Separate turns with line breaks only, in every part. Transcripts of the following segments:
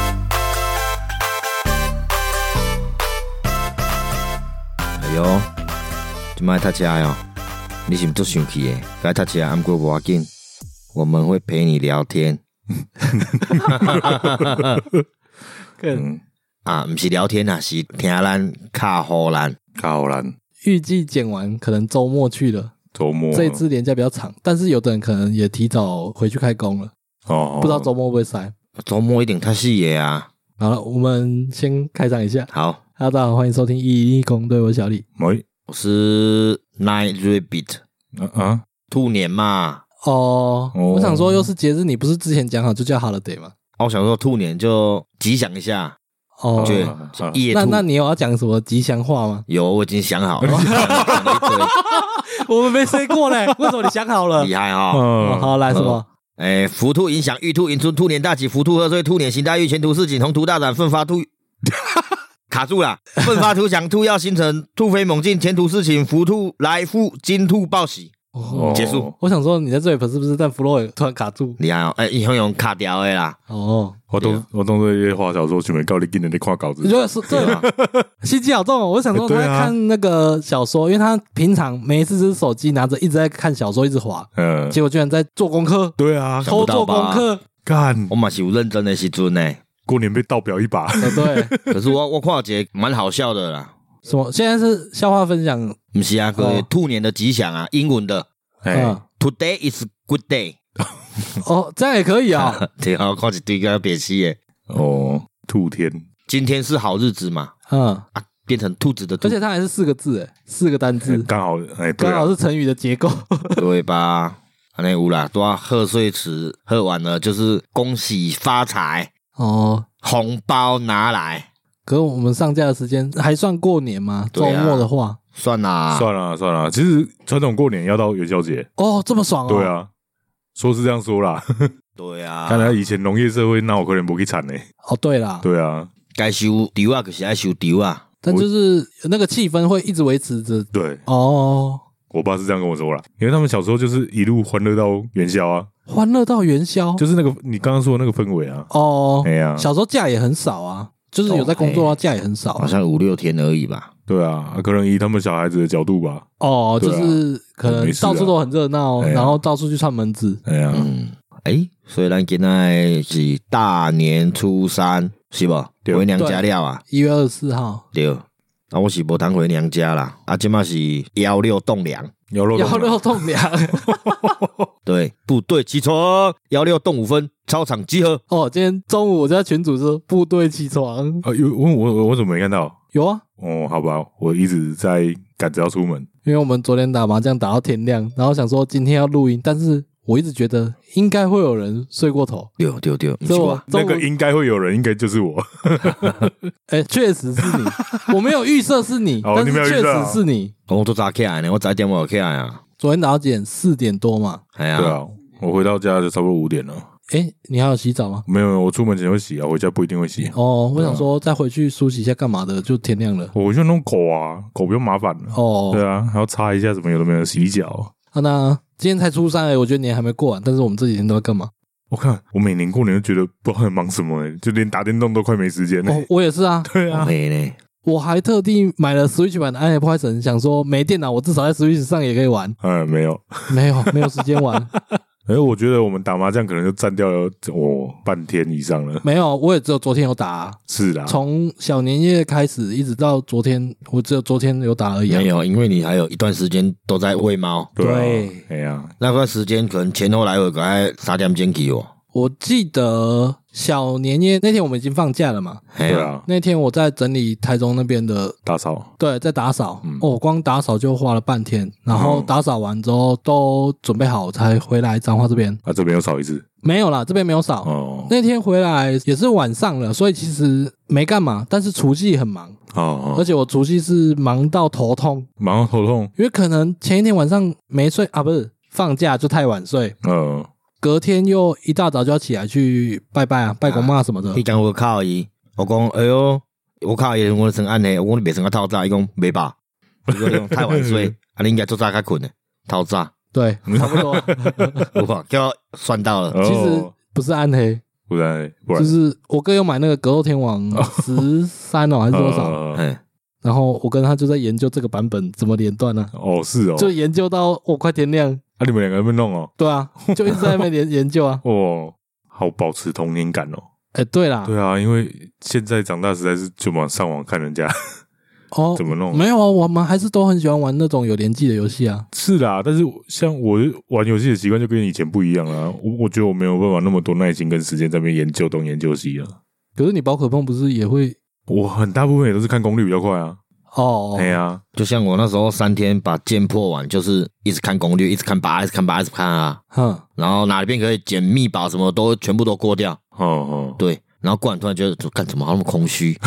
哎莫搭车哦，你是毋足生气诶？该搭车，啊毋过无要紧，我们会陪你聊 天。
更
嗯啊，毋是聊天啊，是听咱卡好咱。
卡好兰
预计剪完可能周末去了，
周末
这一次连假比较长，但是有的人可能也提早回去开工了，
哦，
不知道周末会不会塞。
周末一定太死诶啊！
好了，我们先开场一下。
好，
哈，大家好，欢迎收听一零一公队，我是小李。
喂
我是 Nine Rabbit
哎啊啊
兔年嘛，
哦，
哦
我想说，又是节日，你不是之前讲好就叫 holiday 吗？
啊我想说兔年就吉祥一下，
哦，
对
啊啊，
夜
那
兔。？
那你有要讲什么吉祥话吗
有，我已经想好了，讲了一堆
我们没 say 过嘞，为什么你想好了？
厉害哦。
哦、
嗯，
好，来什么？
哎，福兔迎祥，玉兔迎春，兔年大吉，福兔贺岁，兔年行大运，前途似锦，宏图大展，奋发兔。 卡住了，奋发图强，兔耀星辰，兔飞猛进，前途似锦，福兔来福，金兔报喜，
哦，
结束。
我想说你在这里是不是？但弗洛也突然卡住。
厉害哦！哎，以后用卡掉的啦，
哦，
我
对
都
啊
我都这些话小说全部告你今年在看稿子
你，觉得是这
对吧？
心机好重哦！我想说
哎
他
对
在
啊
看那个小说，因为他平常每一次只手机拿着一直在看小说，一直滑，
嗯，
结果居然在做功课，
对啊，
想不
偷
到
做
吧
功课。
干
我嘛是有认真的时阵呢，
过年被倒表一把，
哦，对，
可是我我看有一个蛮好笑的啦，
什么？现在是笑话分享，
不是啊，各位
哦
兔年的吉祥啊，英文的
哎，
嗯，
Today is good day，
哦，这样也可 以啊。
对啊，我看一堆个别气的，
哦，兔天，
今天是好日子嘛，
嗯，
啊，变成兔子的兔
而，且它还是四个字，哎，四个单字，
刚好哎，对
刚
啊
好，是成语的结构。
对吧？安尼有啦，拄啊贺岁词贺完了，就是恭喜发财，
哦，
红包拿来，
可是我们上架的时间还算过年吗？周
对啊
末的话，
算啦，
算了算了，其实传统过年要到元宵节，
哦，这么爽哦。
对，啊，说是这样说啦，
对啊，
看来以前农业社会那我可能不去惨呢，
哦，对啦，
对啊，
该收丢啊，就是爱收丢啊，
但就是那个气氛会一直维持着。
对
哦，
我爸是这样跟我说啦，因为他们小时候就是一路欢乐到元宵啊，
欢乐到元宵，
就是那个你刚刚说的那个氛围啊，
哦，
哎呀，哦哎
小时候假也很少啊，就是有在工作啊，假也很少
好
啊。
像五六天而已吧，
对啊，啊可能以他们小孩子的角度吧，
哦，就
对啊
是可能
没事啊
到处都很热闹，
哎呀
然后到处去串门子。
哎呀，
嗯，诶，所以咱今仔是大年初三，是不？
对
回娘家了啊，
一月二十四号，
对。啊，我是无通回娘家啦，啊，即嘛是幺六栋梁，
牛肉
幺
冻
六栋 梁。
对，部队起床，幺六栋五分，操场集合，
哦，今天中午我在群组说部队起床，
啊，有我我我怎么没看到？
有啊，
哦，好吧，我一直在赶着要出门，
因为我们昨天打麻将打到天亮，然后想说今天要录音，但是我一直觉得应该会有人睡过头，
对对对，不
所
是
以
我
我，
那
中午
个应该会有人，应该就是我，
哎，确实是 你，我没有预设是你，
哦
但
你
是
没有预
确
设啊
实是你。
我都早起来呢，我早一点我有起来啊，
昨天打到几点？四点多嘛。
哎
对
呀，
啊，我回到家就差不多五点了，
哎，你还有洗澡吗？
没有，我出门前会洗啊，回家不一定会洗，
哦，我想说再回去梳洗一下干嘛的，就天亮了。
我回去弄狗啊，狗比较麻烦了，
哦，
对啊，还要擦一下什么有的没有，洗脚。
啊那今天才初三哎，我觉得年还没过完，但是我们这几天都在干嘛？
我看我每年过年都觉得不知道在忙什么、欸，就连打电动都快没时间了、欸
哦，我也是啊，
对
我
啊，
陪呢，
我还特地买了 Switch 版的《暗夜破坏神》，想说没电脑，我至少在 Switch 上也可以玩。
嗯，没有。
没有，没有时间玩，
哎、我觉得我们打麻将可能就占掉了我、半天以上了。
没有，我也只有昨天有打啊、
是啦，
从小年夜开始一直到昨天，我只有昨天有打而已、啊。
没有，因为你还有一段时间都在喂猫，
对
对
啊，哎呀、
那段时间可能前后来回大概三点钟去哦，
我记得小年夜那天我们已经放假了嘛，
哎
对
呀，
啊，
那天我在整理台中那边的
打扫，
对，在打扫。哦，我光打扫就花了半天，然后
嗯
打扫完之后都准备好才回来彰化这边。
啊，这边又扫一次。
没有啦，这边没有扫。
哦，
那天回来也是晚上了，所以其实没干嘛。但是除夕很忙，
哦哦
而，且我除夕是忙到头痛，
马上头痛。
因为可能前一天晚上没睡啊，不是放假就太晚睡，
嗯，
隔天又一大早就要起来去拜拜啊，拜公妈什么的。
你讲我靠伊，我讲哎哟，我靠伊，我算暗黑，我讲你袂算个透早，伊讲袂吧，我讲你讲太晚 睡，啊你应该做早较困诶，透早，
对，差不多。
有 无叫我算到了，
其实
哦
不是暗黑，
不然不然
就是我哥又买那个格斗天王十三哦，还是多少？
呃
哎，
然然后我跟他就在研究这个版本怎么连段呢、
哦，是哦，
就研究到我、快天亮，
啊，你们两个在那边弄哦，
对啊，就一直在那边研研究啊。
哦，好保持童年感哦。
哎、对啦，
对啊，因为现在长大实在是就往上网看人家
哦，
怎么弄。
没有啊，我们还是都很喜欢玩那种有联机的游戏啊。
是啦，但是像我玩游戏的习惯就跟以前不一样啦。我我觉得我没有办法那么多耐心跟时间在那边研究东研究西了。
可是你宝可梦不是也会
我很大部分也都是看攻略比较快啊。
哦？
哎呀，
就像我那时候三天把剑破完，就是一直看攻略，一直看拔，一直看拔，一直看啊，
哼，
然后哪边可以捡秘宝什么都全部都过掉，
哦哦，
对，然后过完突然觉得干怎么好那么空虚，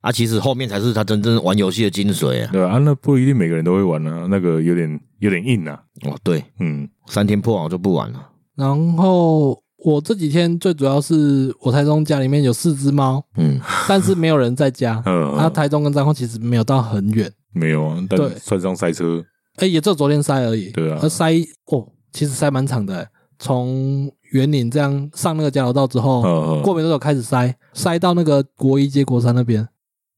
啊，其实后面才是他真正玩游戏的精髓啊，
对啊，那不一定每个人都会玩啊，那个有点有点硬啊。
哦，对，
嗯，。
三天破完我就不玩了，
然后我这几天最主要是我台中家里面有四只猫，
嗯，
但是没有人在家
嗯
啊，台中跟彰化其实没有到很远，
没有啊，但
对
算上塞车，
哎、也就昨天塞而已。
对啊
而塞哦，其实塞蛮长的、欸，从园林这样上那个交流道之后，
嗯
过没多久开始塞，塞到那个国一街国三那边，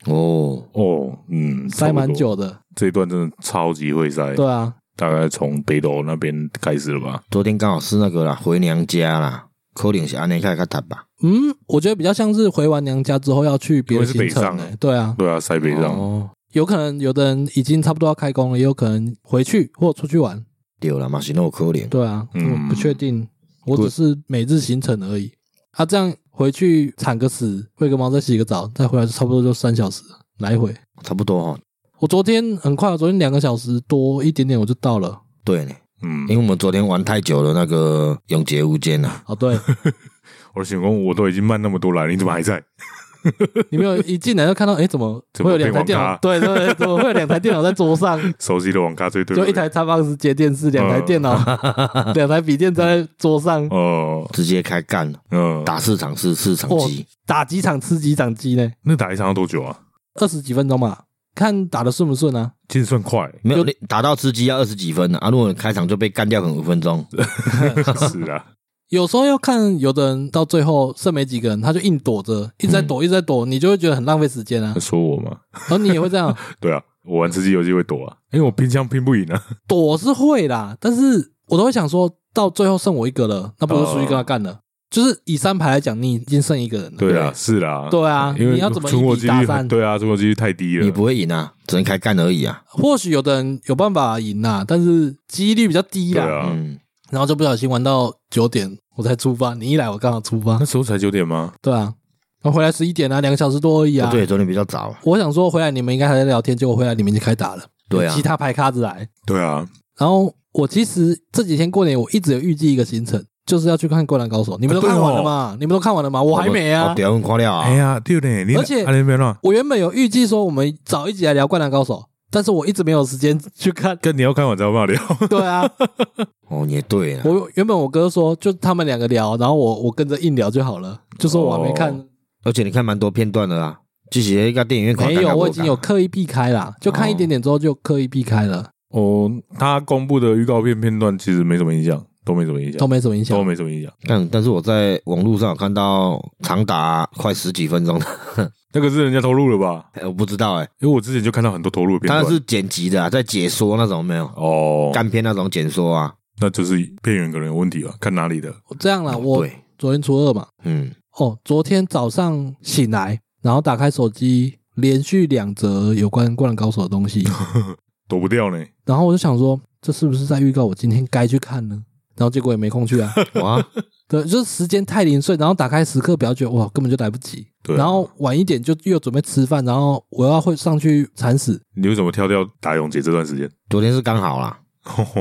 哦，
哦，嗯，
塞蛮
差不多，
久的。
这一段真的超级会塞，
对啊，
大概从北斗那边开始了吧？
昨天刚好是那个啦，回娘家啦，可能是安尼开开谈吧，
嗯，我觉得比较像是回完娘家之后要去别的行
因为是北上
程、欸。对啊，
对啊，塞北上，
哦，
有可能有的人已经差不多要开工了，也有可能回去或出去玩。
对啦，嘛是那有可能，
对啊，
嗯
我不确定，我只是每日行程而已。啊，这样回去铲个屎，喂个猫，再洗个澡，再回来就差不多就三小时来回。
差不多哈，
我昨天很快，我昨天两个小时多一点点我就到了。
对呢，
嗯
因为，我们昨天玩太久了，那个《永劫无间》啊，
哦，对，
我想讲我都已经慢那么多了，你怎么还在？
你没有一进来就看到，哎，怎么
怎么
会有两台电脑？对对对，怎么会有两台电脑在 桌上？
熟悉的网咖最对，嗯
就一台 Xbox 接电视，两台 电脑，两台笔电在桌上，
哦，
直接开干了，
嗯，
打市场是市场机，
打几场吃几场鸡呢？
那打一场要多久啊？
二十几分钟吧，看打的顺不顺啊？
其实算快，
没有你打到吃鸡要二十几分啊，啊如果你开场就被干掉，可能五分钟，
是啊，
有时候要看，有的人到最后剩没几个人，他就硬躲着，一直在
嗯
躲，一直在躲，你就会觉得很浪费时 间啊
他。说我嘛，
然后你也会这样
对啊，我玩吃鸡游戏会躲啊，因为我拼枪拼不赢啊，
躲是会啦，但是我都会想说，到最后剩我一个了，那不就出去跟他干了？就是以三排来讲，你已经剩一个人了。
哦对啊，是啦，
对啊，
因为
你要怎么
存活
一
几
比大
率
三
很？对啊，存活几率太低了，
你不会赢啊，只能开干而已啊，
或许有的人有办法赢啦，但是几率比较低
对
啦。
啊，
嗯，
然后就不小心玩到九点，我才出发。你一来，我刚好出发
那。时候才九点吗？
对啊，然后回来十一点啊，两个小时多而已啊。
哦
不哦对，，昨天比较早啊，
我想说回来你们应该还在聊天，结果回来你们就开打了。
对啊
其，他牌咖子来。
对啊，
然后我其实这几天过年，我一直有预计一个行程，就是要去看《灌篮高手》。你们都
啊对哦
看完了吗？你们都看完了吗？我还没啊。
屌，快料啊
哎，呀，对呢，你
而且
啊你没乱，
我原本有预计说我们早一集来聊《灌篮高手》，但是我一直没有
。
时间去看
跟你要看完才有办法 聊，
对啊，
哦，也对啊，
我原本我哥说就他们两个聊，然后我我跟着硬聊就好了，就说我还没
哦
看，
而且你看蛮多片段的啊，之前一个电影院看
没
尴尬
有，
过
我已经有
尬
刻意避开啦，就看一点点之后就刻意避开了，
哦，他公布的预告片片段其实没什么影响，都没什么影响，
都没什么影响
都。没什么影响。
但但是我在网络上有看到长达快十几分钟的，
那个是人家投入了吧？
我不知道哎、
因为我之前就看到很多投入的片
它
段，
是剪辑的、啊，在解说那种没有
哦，
干片那种解说啊，
那就是片源可能有问题吧？看哪里的？
这样啦，啊
哦
我
哦对，
昨天初二嘛，
嗯，
哦，昨天早上醒来，然后打开手机，连续两则有关《灌篮高手》的 东西，
躲不掉呢。
然后我就想说，这是不是在预告我今天该去看呢？然后结果也没空 去啊，
哇，
对，就是时间太零碎，然后打开时刻表，觉得哇，根本就来不及。
对啊
然后晚一点就又准备吃饭，然后我要会上去铲屎。
你为什么跳掉打永劫这段时间？
昨天是刚好啦，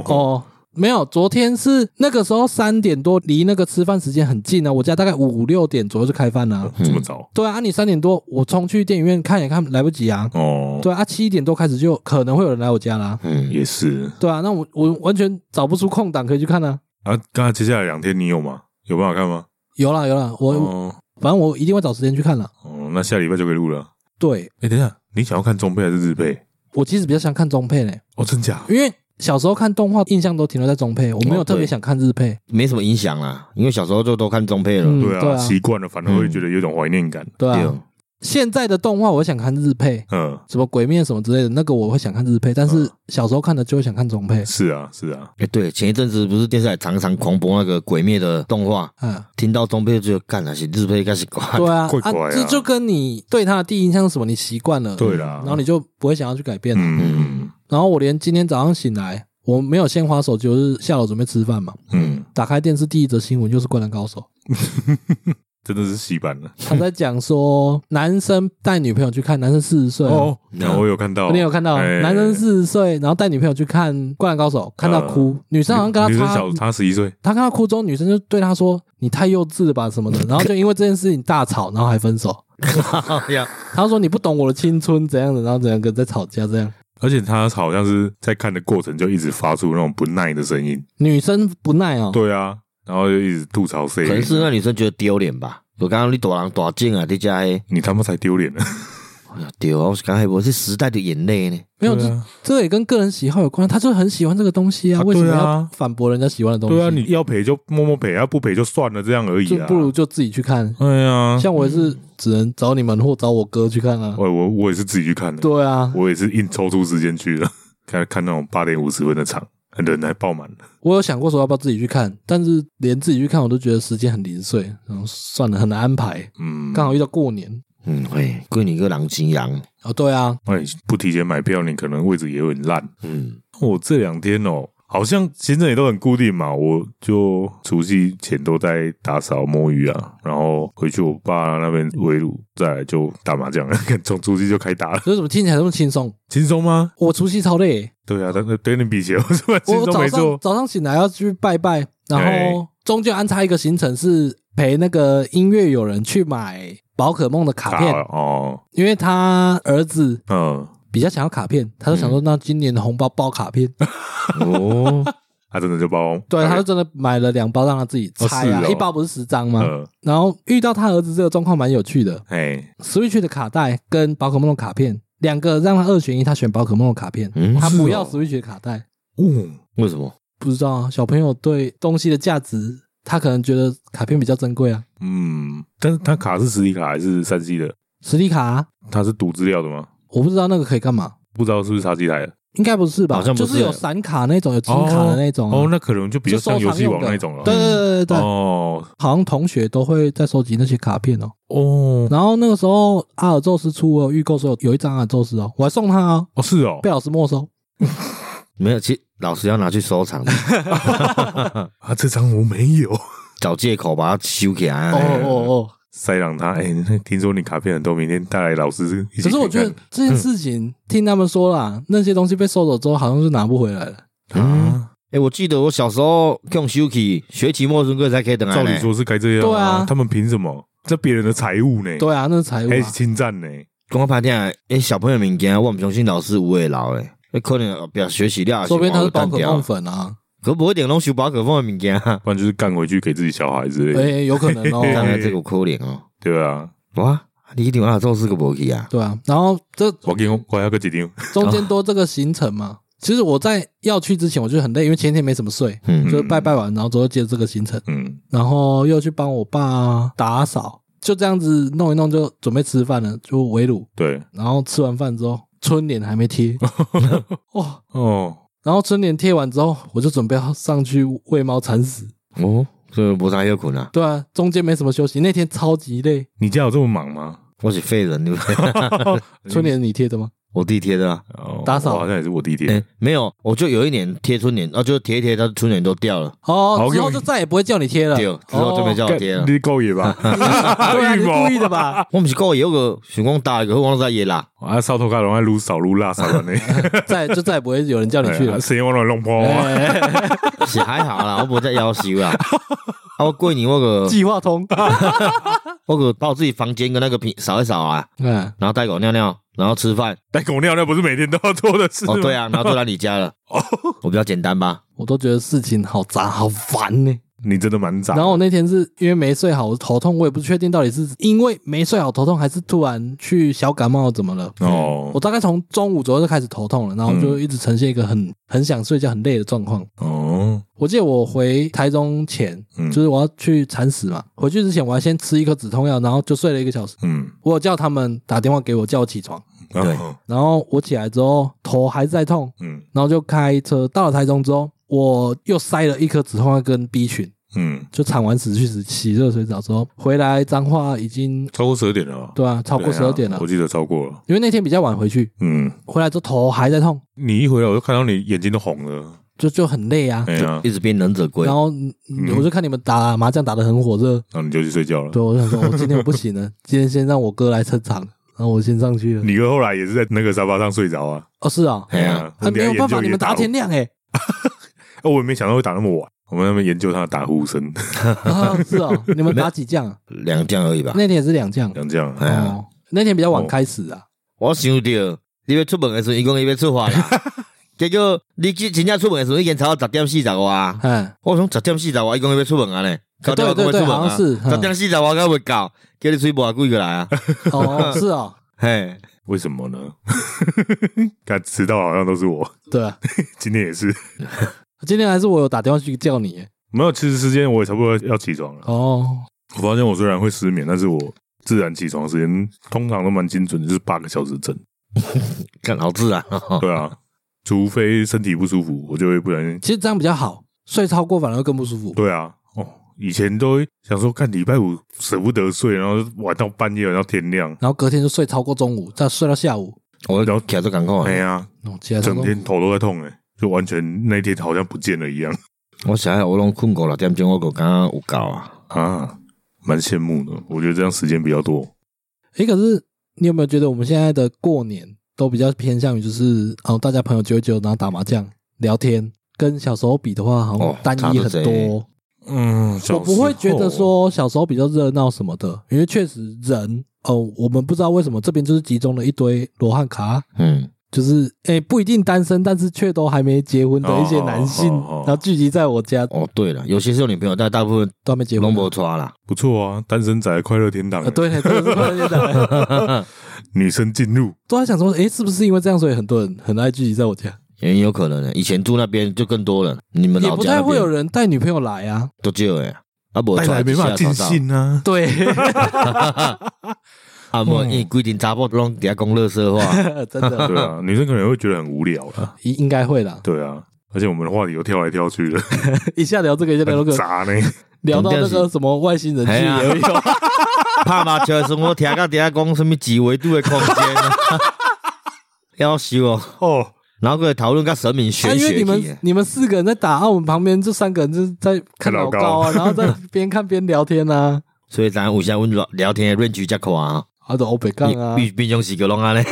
哦，没有，昨天是那个时候三点多，离那个吃饭时间很近啊，我家大概五六点左右就开饭了、
哦这么早？
对啊，你三点多我冲去电影院看也看来不及啊。
哦，
对啊，七点多开始就可能会有人来我家啦。
嗯，
也是
对啊，那我我完全找不出空档可以去看啊。
啊。刚才接下来两天你有吗？有办法看吗？
有啦有啦，我、
哦
反正我一定会找时间去看啦。
哦，那下礼拜就可以录了。
对
哎，等一下，你想要看中配还是日配？
我其实比较想看中配嘞，
哦，真假？
因为小时候看动画印象都停留在中配，我没有
哦
特别
对
想看日配。
没什么影响啦，因为小时候就都看中配了，
嗯
对
对
啊，
啊
习惯了，反而会觉得有种怀念感。
对啊，
对，哦
现在的动画我想看日配，
嗯，
什么鬼面什么之类的，那个我会想看日配，但是
嗯
小时候看的就会想看中配。
是啊，是啊，
哎、对，前一阵子不是电视台常常狂播那个《鬼灭》的动画，
嗯，
听到中配就干了，是日配开始挂。
对啊，
怪怪啊
这就跟你对他的第一印象是什么，你习惯了，
对啦，
嗯然后你就不会想要去改变了。
嗯
然后我连今天早上醒来，我没有先划手机，我是下楼准备吃饭嘛，
嗯，
打开电视第一则新闻就是《灌篮高手》，
真的是洗版了。
他在讲说男生带女朋友去看，男生四十岁哦。
哦，那我有看到，
你有看到
哎
男生四十岁，然后带女朋友去看《灌篮高手》，看到哭，
呃
女生好像跟
女
他
生
差
小，差十一岁，
他看到哭之后，女生就对他说：“你太幼稚了吧什么的。”然后就因为这件事情大吵，然后还分手。
呀，
他说：“你不懂我的青春怎样的，然后怎样跟在吵架这样。
而且他好像是在看的过程就一直发出那种不耐的声音。”
女生不耐哦，
对啊，然后就一直吐槽谁
可，能是
啊
那女生觉得丢脸吧。我刚刚你大人大镜啊，在家嘿，
你他妈才丢脸呢！
哎呀丢啊！我是刚才我是时代的眼泪呢。
没有
对
这
啊，
这也跟个人喜好有关。他就很喜欢这个东西啊，
啊
为什么
对啊
要反驳人家喜欢的东西？
对啊，你要赔就默默赔，要啊不赔就算了，这样而已
就
啊。
不如就自己去看。
哎呀，
像我也是只能找你们或找我哥去看啊。
我我我也是自己去看的，
对啊，
我也是硬抽出时间去的，看看那种八点五十分的场，人还爆满了。
我有想过说要不要自己去看，但是连自己去看我都觉得时间很零碎，然后算了，很难安排。
嗯，
刚好遇到过年
嗯，嘿，归你个狼藉羊。
哦，对啊，
哎，不提前买票，你可能位置也会很烂。
嗯，
我这两天哦，好像行程也都很固定嘛，我就除夕前都在打扫摸鱼啊，然后回去我爸那边围炉，再来就打麻将了， 从除夕就开打了，
所以怎么听起来这么轻松？
轻松吗？我
我除夕超累，
对啊，但是对你比起来， 我是蛮轻
我
松
早
没
上
错。
早上醒来要去拜拜，然后
哎
中间安插一个行程是陪那个音乐友人去买宝可梦的卡片，
哦，
因为他儿子
嗯，
比较想要卡片，他就想说那今年的红包包卡片，
嗯
哦，
他、真的就包，
对，他就真的买了两包让他自己拆
哦
啊，
是哦
一包不是十张吗？
呃，
然后遇到他儿子这个状况蛮有趣的
哎，
，Switch 的卡带跟宝可梦的卡片两个让他二选一，他选宝可梦的卡片，
嗯
他
是
不
哦
要 Switch 的卡带。哦
嗯，
为什么？
不知道啊，小朋友对东西的价值，他可能觉得卡片比较珍贵啊。
嗯，但是他卡是实体卡还是三 C 的？
实体卡啊、
他是读资料的吗？
我不知道那个可以干嘛，
不知道是不是插机台的？
应该不是吧？
好像不
就是是有闪卡那种，有金卡的那种啊、
哦，那可能就比较
就收
像游
藏
戏
用
王
的啊
那种了。啊
对对对对对，
哦
好像同学都会在收集那些卡片哦。
哦
然后那个时候阿尔宙斯出了预购时候，有一张阿尔宙斯哦，我还送他哦，
哦，是哦
被，老师没收。
没有，其实老师要拿去收藏，
啊，这张我没有。
找借口把它收起来。啊
哦哦哦，
塞朗他，哎、那听说你卡片很多，明天带来老师一起看看。
可是我觉得这件事情听他们说啦，那些东西被收走之后，好像是拿不回来了。
啊，
哎、我记得我小时候用休息，学期末时候才可以等
照理说是该这样、
对啊
他们凭什么？这别人的财物呢？、
对啊，那是财务、
还
啊。
侵占呢？
跟我拍电影，哎、小朋友物件，我唔相信老师有会留诶。那可能表学习了，
说不定他是宝
淡
可
掉
梦，粉啊，
可不会点拢收宝可梦的物件啊。
不然就是干回去给自己小孩之类
哎、
的，
有可能 哦。
当然这个可怜哦，
对啊。
哇，你一定要做这个无去啊？
对啊，然后这
我给我还要个几张，
中间多这个行程嘛，其实我在要去之前我就很累，因为前一天没什么睡，
嗯，
就是拜拜完，然后之后接着这个行程，
嗯，
然后又去帮我爸打扫，就这样子弄一弄就准备吃饭了，就围炉，
对，
然后吃完饭之后春联还 没贴，哇！
哦，
然后春联贴完之后，我就准备要上去喂猫铲屎。
哦，所以无啥要困啊，
对啊，中间没什么休息，那天超级累。
你家有这么忙吗？
我是废人，对不对？嗯
春联你贴的吗？
我弟贴的啊，
哦
打扫
我好像也是我弟弟。
哎、没有，我就有一年贴春联，啊，就贴一贴，他春联都掉了，
哦
好，
之后就再也不会叫你贴了。哦
对，之后就没叫我
干
贴了。
你够野吧？
对 啊，你故意的吧？
我不是故意，有个想讲打一个，我在野啦。
啊，扫头盖龙爱撸扫撸辣扫 完呢，
再就再也不会有人叫你去 了
哎。谁往那弄破？
哎
是还好啦，我无在要求啦。啊，我过年我个
计划 通，
我个把我自己房间跟那个平扫一扫啊，
嗯，
然后带狗尿尿，然后吃饭。
带狗尿尿不是每天都要做的事吗？
哦，
啊
对啊，然后就来你家了。我比较简单吧？
我都觉得事情好杂好烦呢。
你真的蛮杂的。
然后我那天是因为没睡好，我头痛，我也不确定到底是因为没睡好头痛，还是突然去小感冒怎么了。
哦
我大概从中午左右就开始头痛了，然后就一直呈现一个很很想睡觉、很累的状况。
哦，
我记得我回台中前，
嗯
就是我要去铲屎嘛，回去之前我要先吃一颗止痛药，然后就睡了一个小时。
嗯，
我有叫他们打电话给我，叫我起床，
对
对
然后我起来之后头还是在痛，
嗯
然后就开车到了台中之后，我又塞了一颗止痛药跟 B 群，
嗯，
就铲完屎去洗洗热水澡之后回来，彰化已经
超过十二点了吧，
对啊，超过
对啊
十二点了
我，记得超过了。
因为那天比较晚回去，
嗯，
回来之后头还在痛，
你一回来我就看到你眼睛都红了。
就就很累啊。
哎呀，
一直变忍者龟
然。后嗯我就看你们打麻将打得很火热，
然后你就去睡觉了
对。啊我就想说，我今天我不行了，今天先让我哥来撑场，然后我先上去了。
你哥后来也是在那个沙发上睡着啊。
哦，是啊，
哎呀，
啊没有办法，你们打到天
天，
亮哎，
哦我也没想到会打那么晚。我们在那边研究他的打呼声，
啊是啊，你们打几将啊？
两将而已吧。
那天也是两将
像这样啊。
哎呀
哦，那天比较晚开始啊，
我想到你要出门的时候，伊讲伊要出发 啦，结果你去真正出门的时候，已经超到十点四十外啊。
哎，
我从十点四十外，伊讲伊要出门啊呢，九点我讲
对对
要
对，
出门
好
啊
像，是，
十点四十外还未到，叫你吹无久过 来啊，
嗯哦是啊，
嘿，
为什么 呢？看迟到好像都是我，
对啊，
今天也是。
今天还是我有打电话去叫你哎
没有，其实时间我也差不多要起床了。
哦，
我发现我虽然会失眠，但是我自然起床时间通常都蛮精准的，就是八个小时整。
干好自然哦。
对啊，除非身体不舒服，我就会不然。
其实这样比较好，睡超过反而会更不舒服。
对啊，哦，以前都会想说看礼拜五舍不得睡，然后玩到半夜，玩到天亮。
然后隔天就睡超过中午，再睡到下午，
我然后卡住感觉啊，
哎呀，
哦，起来才
整
中午
天头都在痛哎、就完全那一天好像不见了一样
我想下我拢困过六点钟，我就刚刚有够啊。
啊，蛮羡慕的。我觉得这样时间比较多。
诶，可是你有没有觉得我们现在的过年都比较偏向于就是哦，大家朋友聚一聚，然后打麻将、聊天，跟小时候比的话，好
哦
像单一
差得
很
贼
多。
嗯，
我不会觉得说小时候比较热闹什么的，因为确实人哦，我们不知道为什么这边就是集中了一堆罗汉卡，
嗯，
就是诶、不一定单身，但是却都还没结婚的一些男性，
哦哦哦哦
然后聚集在我家
哦对了，有些是有女朋友，但大部分
都还没结
拢
婚。
无娶啦。
不错啊，单身仔的快乐天堂、
呃，对，真的是突然间讲
女生进入，
都在想说，诶、是不是因为这样，所以很多人很爱聚集在我家？
也有可能的，以前住那边就更多了，你们
也
老
不
家
太
那
会有
边
人带女朋友来啊。
都少诶，啊无
带来哎没办法尽兴 啊。
对，
啊，无
嗯
因为规定查某拢底下讲乐色 话，
真的
对啊，女生可能会觉得很无聊啦。
应应该会啦。
对啊，而且我们的话题又跳来跳去的，
一下聊这个，一下 聊 那
很
个，
杂呢。
聊到那个什么外星人去
哎呀
也有。
拍麻将的时候我听到底下讲什么几维度的空间啊， 要死哦！
哦，
然后过来讨论跟神明学
啊，因为
学
你
去
们，你们四个人在打，啊，我们旁边这三个人就是在看老高啊，然后在边看边聊天啊，
所以咱有时候阮聊天的 range 才宽啊，
啊，都欧北杠啊，
平平常时个拢安尼，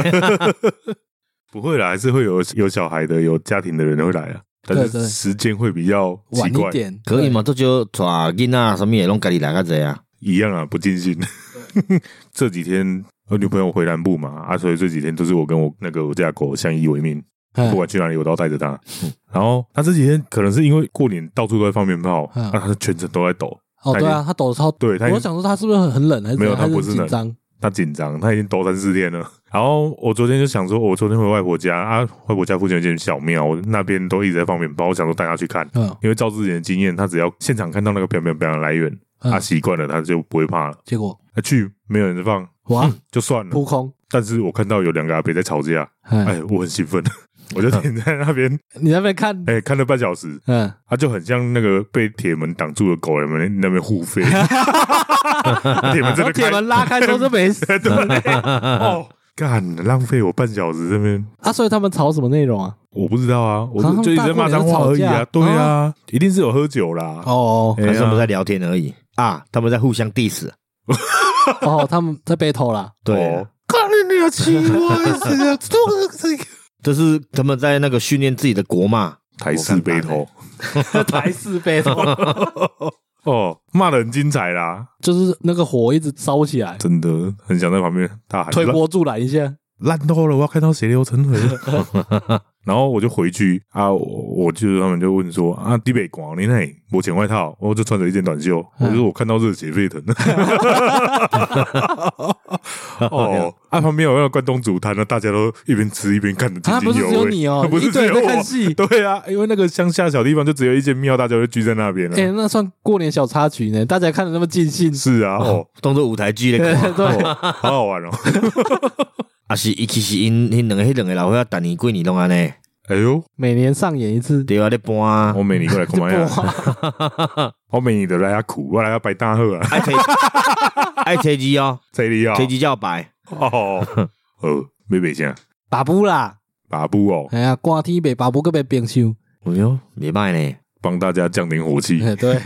不会啦，还是会有有小孩的、有家庭的人会来啊，但
对
是
对
时间会比较奇
晚一
怪，
点
可以？嘛？这就带囡仔什么也拢家己来较济啊，
一样啊，不尽 兴。这几天我女朋友回南部嘛，啊，所以这几天都是我跟我那个我家狗相依为命，
对
不管去哪里我都要带着它。然后它这几天可能是因为过年到处都在放鞭炮，
嗯
那它全程都在抖，
哦，对啊，他抖得超，
对它已
我
经
想说他是不是很很冷，还是
没有
还
他不是
很紧
冷
张？
他紧张，他已经抖三四天了。然后我昨天就想说，我昨天回外婆家啊，外婆家附近有一间小庙，我那边都一直在放鞭炮，我想说带他去看，
嗯，
因为照之前的经验，他只要现场看到那个砰砰砰的来源，
嗯
他习惯了，他就不会怕了。
结果
他去没有人放
哇，
就算
扑
了，
空，
但是我看到有两个阿伯在吵架，
哎，
哎，我很兴奋，我就停在那边，
你那边看，
哎，看了半小时，
嗯，
他就很像那个被铁门挡住的狗，你们那边互 吠，铁门真
然后
的
铁
开
门拉开之后就没事
哦，干，浪费我半小时这边。
啊，所以他们吵什么内容啊？
我不知道啊，我
啊他
就
们
就一直在骂脏话而已
大过年在吵架嗯
啊，对啊，一定是有喝酒啦。
哦
哎呀
还是他们在聊天而已啊，他们在互相 diss，
哦，他们在 battle 啦，
对啊
哦，看你俩气我死了，
这是他们在那个训练自己的国骂，
台式背头
哎台 式 battle，
哦，骂的很精彩啦，
就是那个火一直烧起 来，
真的很想在旁边大喊
推波助澜一下。
烂烂透了，我要看到血流成河了。 然后我就回去啊，我我就他们就问说啊，地北广你那我穿外套，我就穿着一件短袖，我
嗯
就说我看到热血沸 腾。哦，啊旁边有那个关东煮摊呢，大家都一边吃一边看的津
啊，不
津
是只有
味。
你哦，
不是
一堆人
只有
在看
我
戏。
对啊，因为那个乡下小地方就只有一间庙，大家就聚在那边了。
哎、那算过年小插曲呢，大家看的那么尽兴，
是啊，哦，
当做舞台剧咧看。
对，
哦好好玩 哦。
啊是，伊其实因迄两个迄两个老伙仔，逐年过年拢安尼，
哎呦，
每年上演一次。
对啊咧搬啊
我，美你过来干嘛 呀？我美你的来啊苦，我来啊白大贺啊，
爱摕 爱摕机哦，
这里啊，
摕机叫白，
哦，呃，没北京，
巴布啦，
把布哦，
哎呀，寒天被巴布个被冰箱，
哎哟，袂歹呢。
帮大家降点火气。
哎对，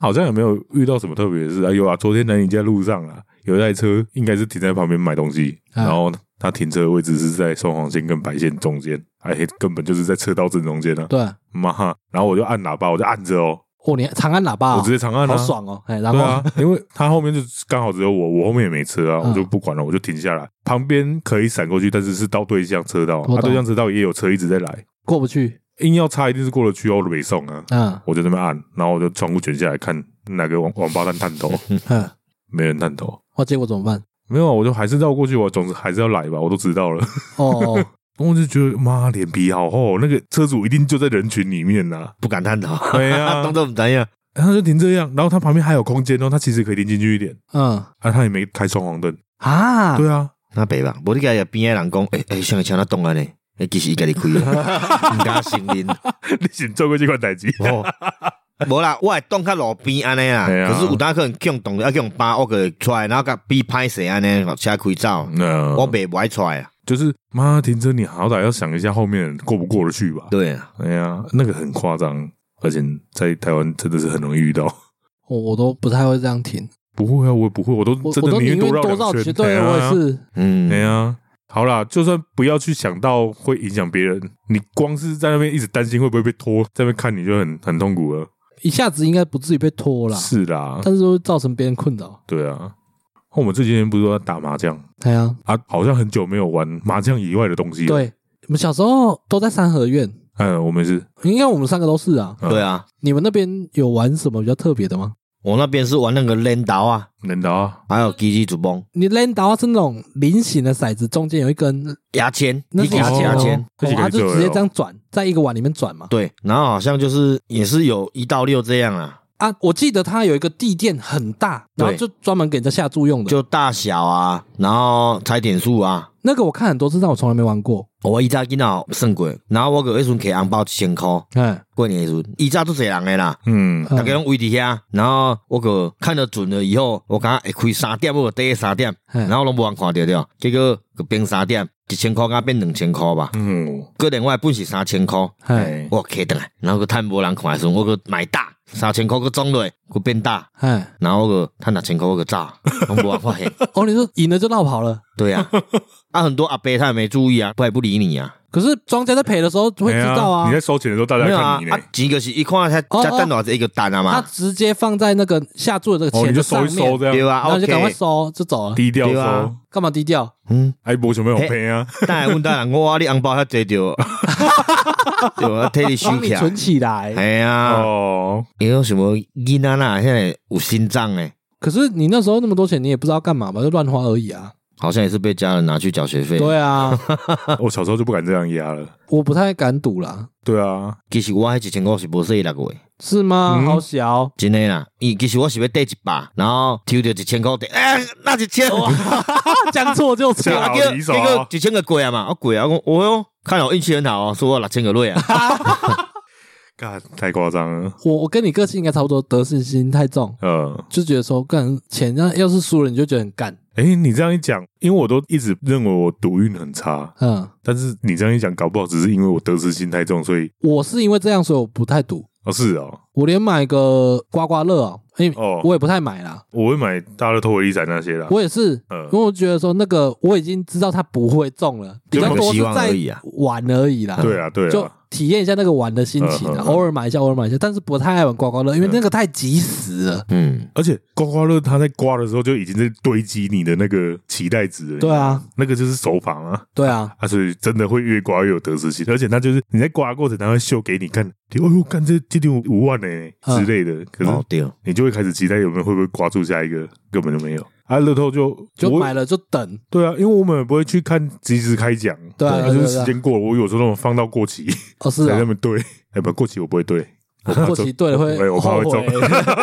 好像也没有遇到什么特别的事啊。有啊，昨天来你家路上啊，有一台车应该是停在旁边买东西，
啊
然后它停车的位置是在双黄线跟白线中间，哎，根本就是在车道正中间啊。
对，
妈哈！然后我就按喇叭，我就按着哦，
哦，你长按喇叭、哦，
我直接长按
好
啊。
爽哦，哎，然
对
后、
啊，因为他后面就刚好只有我，我后面也没车啊，
嗯
我就不管了，我就停下来。旁边可以闪过去，但是是到对向车道，
我懂
啊，对向车道也有车一直在来，
过不去，
硬要插一定是过得去哦，我没送啊。
嗯
我就在那边按，然后我就窗户卷下来看哪个王王八蛋探头，
嗯，
没人探头，
哇，结果怎么办？
没有啊，我就还是绕过去，我总之还是要来吧，我都知道了。
哦，
我就觉得妈脸皮好厚，那个车主一定就在人群里面呐、
不敢探头，
对啊
啊， 当做唔知影。
他就停这样，然后他旁边还有空间哦，他其实可以停进去一点，
嗯
啊，他也没开双黄灯，
啊，
对啊，
那白吧，无你家边仔人讲，诶、欸、诶，像像那动安呢，诶，其实伊家己开的，毋敢承认。
你先做过这款代志，
哦，无啦，我会挡较路边安尼啦，
嘿啊
可是有当可能强动啊，强扒我个出来，然后甲比歹势安尼，把车开走，
那
我袂不爱出来啊。
就是妈停车，你好歹要想一下后面人过不过得去吧？
对啊，
哎呀，那个很夸张，而且在台湾真的是很容易遇到。
我我都不太会这样停，
不会啊，我也不会，我都
我
真
我
的
都
宁愿
宁愿
绕
多绕
两圈。
圈，对
哎呀
我也。是，
嗯，
哎呀，好啦，就算不要去想到会影响别人，你光是在那边一直担心会不会被拖，在那边看你就很很痛苦了。
一下子应该不至于被拖啦，
是啊啦，
但是会造成别人困扰。
对啊。我们这几天不是说要打麻将
对啊，
啊，好像很久没有玩麻将以外的东西。，
对，我们小时候都在三合院，
嗯，我们是
应该我们三个都是啊。
对啊，
你们那边有玩什么比较特别的吗？
我那边是玩那个镰刀啊，
能打啊，
还有狙击主崩、
你 land 到是那种菱形的骰子，中间有一根，
牙签，
那
你
是哦
给他
牙签啊
牙签。
自己
它
可以做
就
的
直接
哦
这样转，在一个碗里面转嘛。
对，然后好像就是也是有一到六这样啊，
啊，我记得它有一个地垫很大，然后
对
就专门给人家下注用的。就
就大小啊，然后猜点数啊。
那个我看很多次，但我从来没玩过。
我以前囡仔算过，然后我个时阵摕红包一千箍，
哎，
过年的时阵，以前都侪人诶啦，
嗯，
大家拢围伫遐，然后我个看得准了以后，我感觉会开三点，我就第三点，
然
嗯
然后拢无人看着着，结果就变三点，一千箍敢变两千箍吧，
嗯，
个另外本是三千箍，
哎
我摕倒来，然后个趁无人看的时阵，我个买大三千箍个装落，个变大，
哎，
然后我个趁六千箍我个走， 拢无人发现。
哦，你说赢了就绕跑了，
对呀、啊，很多阿伯他也没注意啊，不也不理你啊。
可是庄家在赔的时候会知道
哎呀
啊
你在。收钱的时候，大家
没
在
有
看
啊
你，呢
啊，，几个是一看才
哦
才蛋多少一个蛋啊
他
嘛，
直接放在那个下注的这个
哦，
钱
你就
的
收
上
一
面，
收这
对啊
样，
吧？
然后就赶快
OK，
收就走了，
低调
对啊
收，
干嘛低调？
嗯，
哎，无想要有赔啊，
但还问大人，我你红包遐济着， 对我替你收
帮你
起来
存。起来。
哎
啊
呀，
哦，
你有什么囡仔啦？现在有心脏诶，
可是你那时候那么多钱，你也不知道干嘛吧，就乱花而已啊。
好像也是被家人拿去缴学费。
对啊，
我小时候就不敢这样压了。
我不太敢赌啦，
对啊，
其实我迄一千五是无说六个月，
是吗？
嗯
好小，
真诶啦。伊其实我是要贷一百，然后抽着一千块，哎，那一千。
讲错就错
这，样好离手啊
个几千个鬼啊嘛，啊鬼啊！我我哟，看了我运气很好哦，说我六千个瑞啊，
干太夸张了。
我我跟你个性应该差不多，得失心太重，
呃，
就觉得说干钱，那要是输了你就觉得很干，
哎，你这样一讲，因为我都一直认为我赌运很差，
嗯，
但是你这样一讲，搞不好只是因为我得失心太重，所以
我是因为这样，所以我不太赌，
哦是哦，
我连买个刮刮乐啊，因为
哦
我也不太买啦，
我会买大乐透、威力彩那些啦。
我也是，
呃
因为我觉得说那个我已经知道它不会中了，比
就没
较
有
多
希
是
望
在
而已啊
玩而已啦。
对啊，对
就
啊，
体验一下那个玩的心情
嗯嗯
啊，
嗯
偶尔买一下，偶尔买一下，但是不太爱玩刮刮乐，因为那个太及时了。
嗯，
而且刮刮乐它在刮的时候就已经在堆积你的那个期待值了。
对，啊，
那个就是手法嘛。
对啊，
啊，所以真的会越刮越有得失心，而且他就是你在刮的过程，他会秀给你看，哦呦，看这这丢五万呢、之
嗯
类的，可
哦
是
对，
你就会开始期待有没有会不会刮出下一个，根本就没有。啊，乐透就
就
我
买了就等，
对啊，因为我们也不会去看即时开奖，
对啊
它
对
就
啊
是时间过了，我有时候那种放到过期
哦是
在那
啊，
边对，哎不，过期我不会对，我怕
过
中
期对了
哎
会
我怕
后
会中
悔，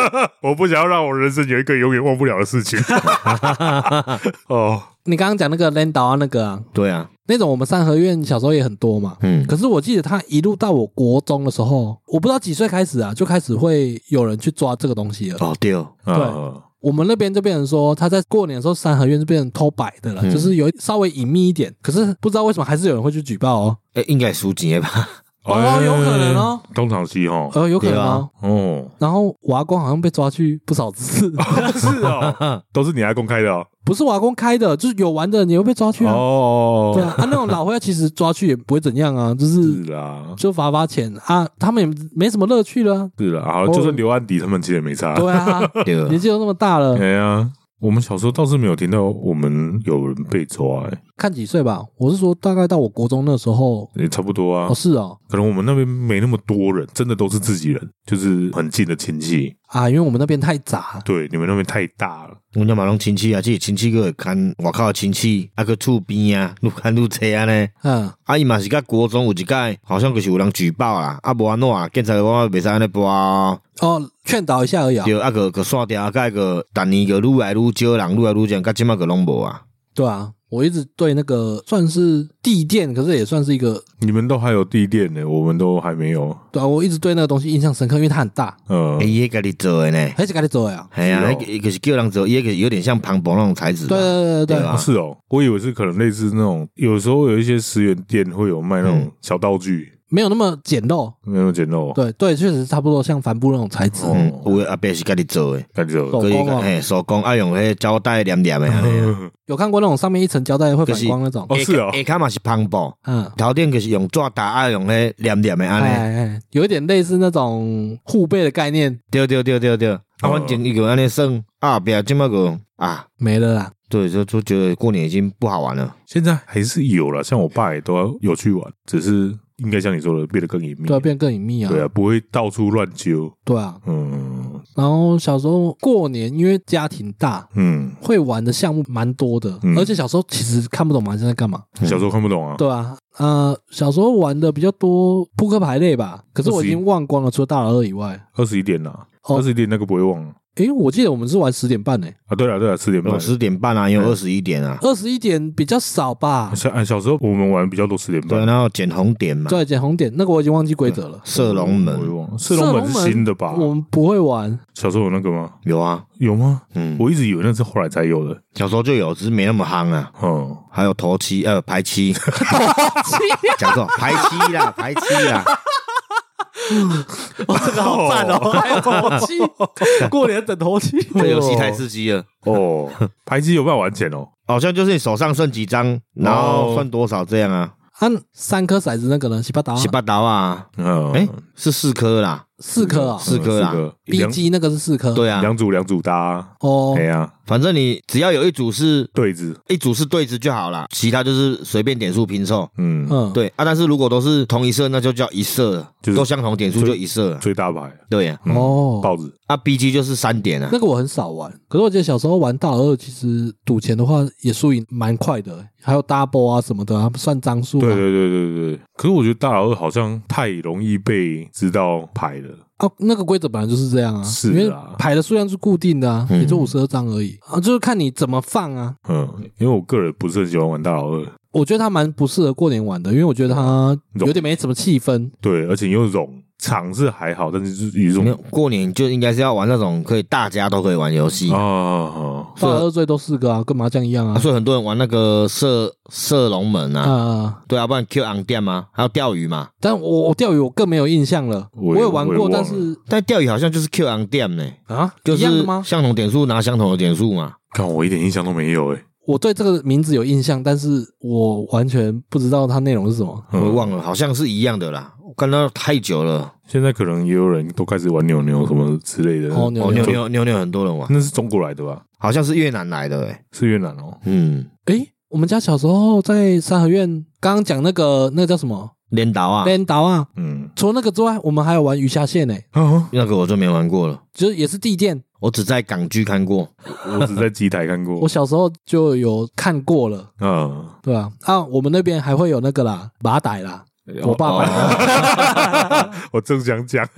我不想要让我人生有一个永远忘不了的事情。 哦，
你刚刚讲那个 Land 啊，那个啊，
对啊，
那种我们三合院小时候也很多嘛。
嗯，
可是我记得他一路到我国中的时候，我不知道几岁开始啊，就开始会有人去抓这个东西了。
哦对，
啊，
我们那边就变成说，他在过年的时候三合院就变成偷摆的了，
嗯
就是有稍微隐秘一点。可是不知道为什么还是有人会去举报哦。
哎，应该输钱 吧？
哦有可能哦，
东厂西哦，
呃，有可能
对
哦。
哦，
然后我阿公好像被抓去不少次，
是哦， 都是你来公开的哦。
不是我阿公开的，就是有玩的，你会被抓去啊。对
哦，
啊，啊那种老灰其实抓去也不会怎样啊，就是
是啦，
就罚罚钱啊，他们也没什么乐趣了啊、
是啦，好，
偶尔
就算留案底，他们其实也没差。
对啊，
对，哦
年纪都那么大了，
哎呀，我们小时候倒是没有听到我们有人被抓，哎，
看几岁吧。我是说，大概到我国中那时候，
也差不多啊
哦，。是哦，
可能我们那边没那么多人，真的都是自己人，就是很近的亲戚。
啊，因为我们那边太杂，
对，你们那边太大了，
阮遐嘛拢亲戚啊，即亲戚个牵外口的亲戚，啊个厝边啊，愈牵愈车安尼。
嗯，
啊，伊嘛是甲国中有一届，好像就是有人举报啦，啊无安怎啦，警察就讲袂使安尼播哦，
哦，劝导一下而已啊，
对，啊个个线条啊，甲个逐年个愈来愈少人，愈来愈少人，甲即马个拢无啊。
对啊。我一直对那个算是地垫，可是也算是一个，
你们都还有地垫呢，我们都还没有。
对啊，我一直对那个东西印象深刻，因为它很大，
呃
欸，伊迄家己做诶呢，
而且赶紧走呀，
系啊，
是
迄
哦
个伊就是叫人做，伊迄个有点像磅礴那种材质嘛。
对对对对
对
对
啊
啊是哦，我以为是可能类似那种，有时候有一些十元店会有卖那种
嗯
小道具，
没有那么简陋，
没有捡漏。啊
对对，确实差不多像帆布那种材质，
哦
嗯，有诶阿伯是家己做诶，
那就
手
所以
工哦
嘿手工啊爱用迄胶带黏黏诶安 尼啊。
有看过那种上面一层胶带会反光那种，
嗯哦是哦
下骹嘛是磅礴，
嗯，
头顶就是用纸打，爱用迄黏黏诶安尼。
哎哎，有一点类似那种护背的概念，
对对对对对，啊，
哦
反正伊就安尼算，啊，后壁即么个啊，
没了啦，
对，就就觉得过年已经不好玩了。
现在还是有了，像我爸也都有去玩，只是应该像你说的变得更隐秘。
对啊，变更隐秘啊，
对啊，不会到处乱揪。
对啊。
嗯
然后小时候过年，因为家庭大，
嗯，
会玩的项目蛮多的，
嗯
而且小时候其实看不懂麻将在干嘛，
嗯
小时候看不懂啊。
对啊，呃，小时候玩的比较多扑克牌类吧，可是我已经忘光了，除了大老二以外，
二十一点呐，
哦
二十一点那个不会忘啊。
诶，我记得我们是玩十点半诶、
啊对了对了，四点半
有。十点半啊，也有二十一点啊，
二十一点比较少吧，
小啊小时候我们玩比较多四点
对，啊
半。
然后捡红点嘛，
对，捡红点那个我已经忘记规则了。
射龙
不会
门
忘。射嗯龙门是新的吧？
我们不会玩，
小时候有那个吗？
有啊，
有吗？
嗯，
我一直以为那是后来才有的。
小时候就有，只是没那么夯啊。
嗯，
还有头七，呃，排七，讲错，排七啦，排七啦，
这个好赞 哦！还有头七，过年等头七，
这游戏太刺激了。
哦，排机有办法玩钱哦。
好像就是你手上剩几张，然后算多少这样啊，
按三颗骰子那个呢？洗八达，
七八刀啊，
嗯，
哎，是四颗啦，
四颗啊
嗯
四颗啦
，B
两
机那个是四颗，
对啊，
两组两组搭。
哦
哎，呀，
反正你只要有一组是
对子。
一组是对子就好啦，其他就是随便点数拼凑。
嗯，
嗯，，
对啊，但是如果都是同一色，那就叫一色了，
就是
都相同点数就一色了。
最大牌
对呀、
嗯
哦，
豹子。
啊，B G 就是三点啊
那，个我很少玩，可是我记得小时候玩大老二，其实赌钱的话也输赢蛮快的，还有 double 啊什么的啊，算张数
对
啊，
对对对对对，可是我觉得大老二好像太容易被知道牌了。
啊，那个规则本来就是这样啊，
是
因为
啊
牌的数量是固定的啊，
嗯
也就五十二张而已啊，就是看你怎么放啊。
嗯，因为我个人不是很喜欢玩大老二，
我觉得它蛮不适合过年玩的，因为我觉得它有点没什么气氛，
对，而且又冗场是还好，但是就是有一种
哦
没有过年就应该是要玩那种可以大家都可以玩游戏。
啊，
大二最多四个啊，跟麻将一样
啊
啊。
所以很多人玩那个射射龙门啊，
啊，
对啊，不然 Q on 店嘛，还有钓鱼嘛。
但我我钓鱼我更没有印象了，
我
我
也
有玩
我也
过，
忘了
但是
但钓鱼好像就是 Q on 店呢，
啊，
就
一样
是
的吗？
相同点数拿相同的点数嘛。
看我一点印象都没有哎、
我对这个名字有印象，但是我完全不知道它内容是什么。
嗯
我忘了，好像是一样的啦。我看到太久了，
现在可能也有人都开始玩扭扭什么之类的。
哦，牛
哦，
牛
妞妞妞妞很多人玩，
嗯
那是中国来的吧？
好像是越南来的哎。
是越南哦。
嗯，
诶，我们家小时候在三合院，刚刚讲那个那个叫什么
连岛啊，
连岛啊，
嗯
除了那个之外，我们还有玩鱼虾线呢，
啊，
那个我就没玩过了，
就是也是地垫。
我只在港剧看过。
我只在机台看过
我。小时候就有看过了，
嗯，
对吧、啊？我们那边还会有那个啦，马仔啦，我爸
哦
爸
我正想讲，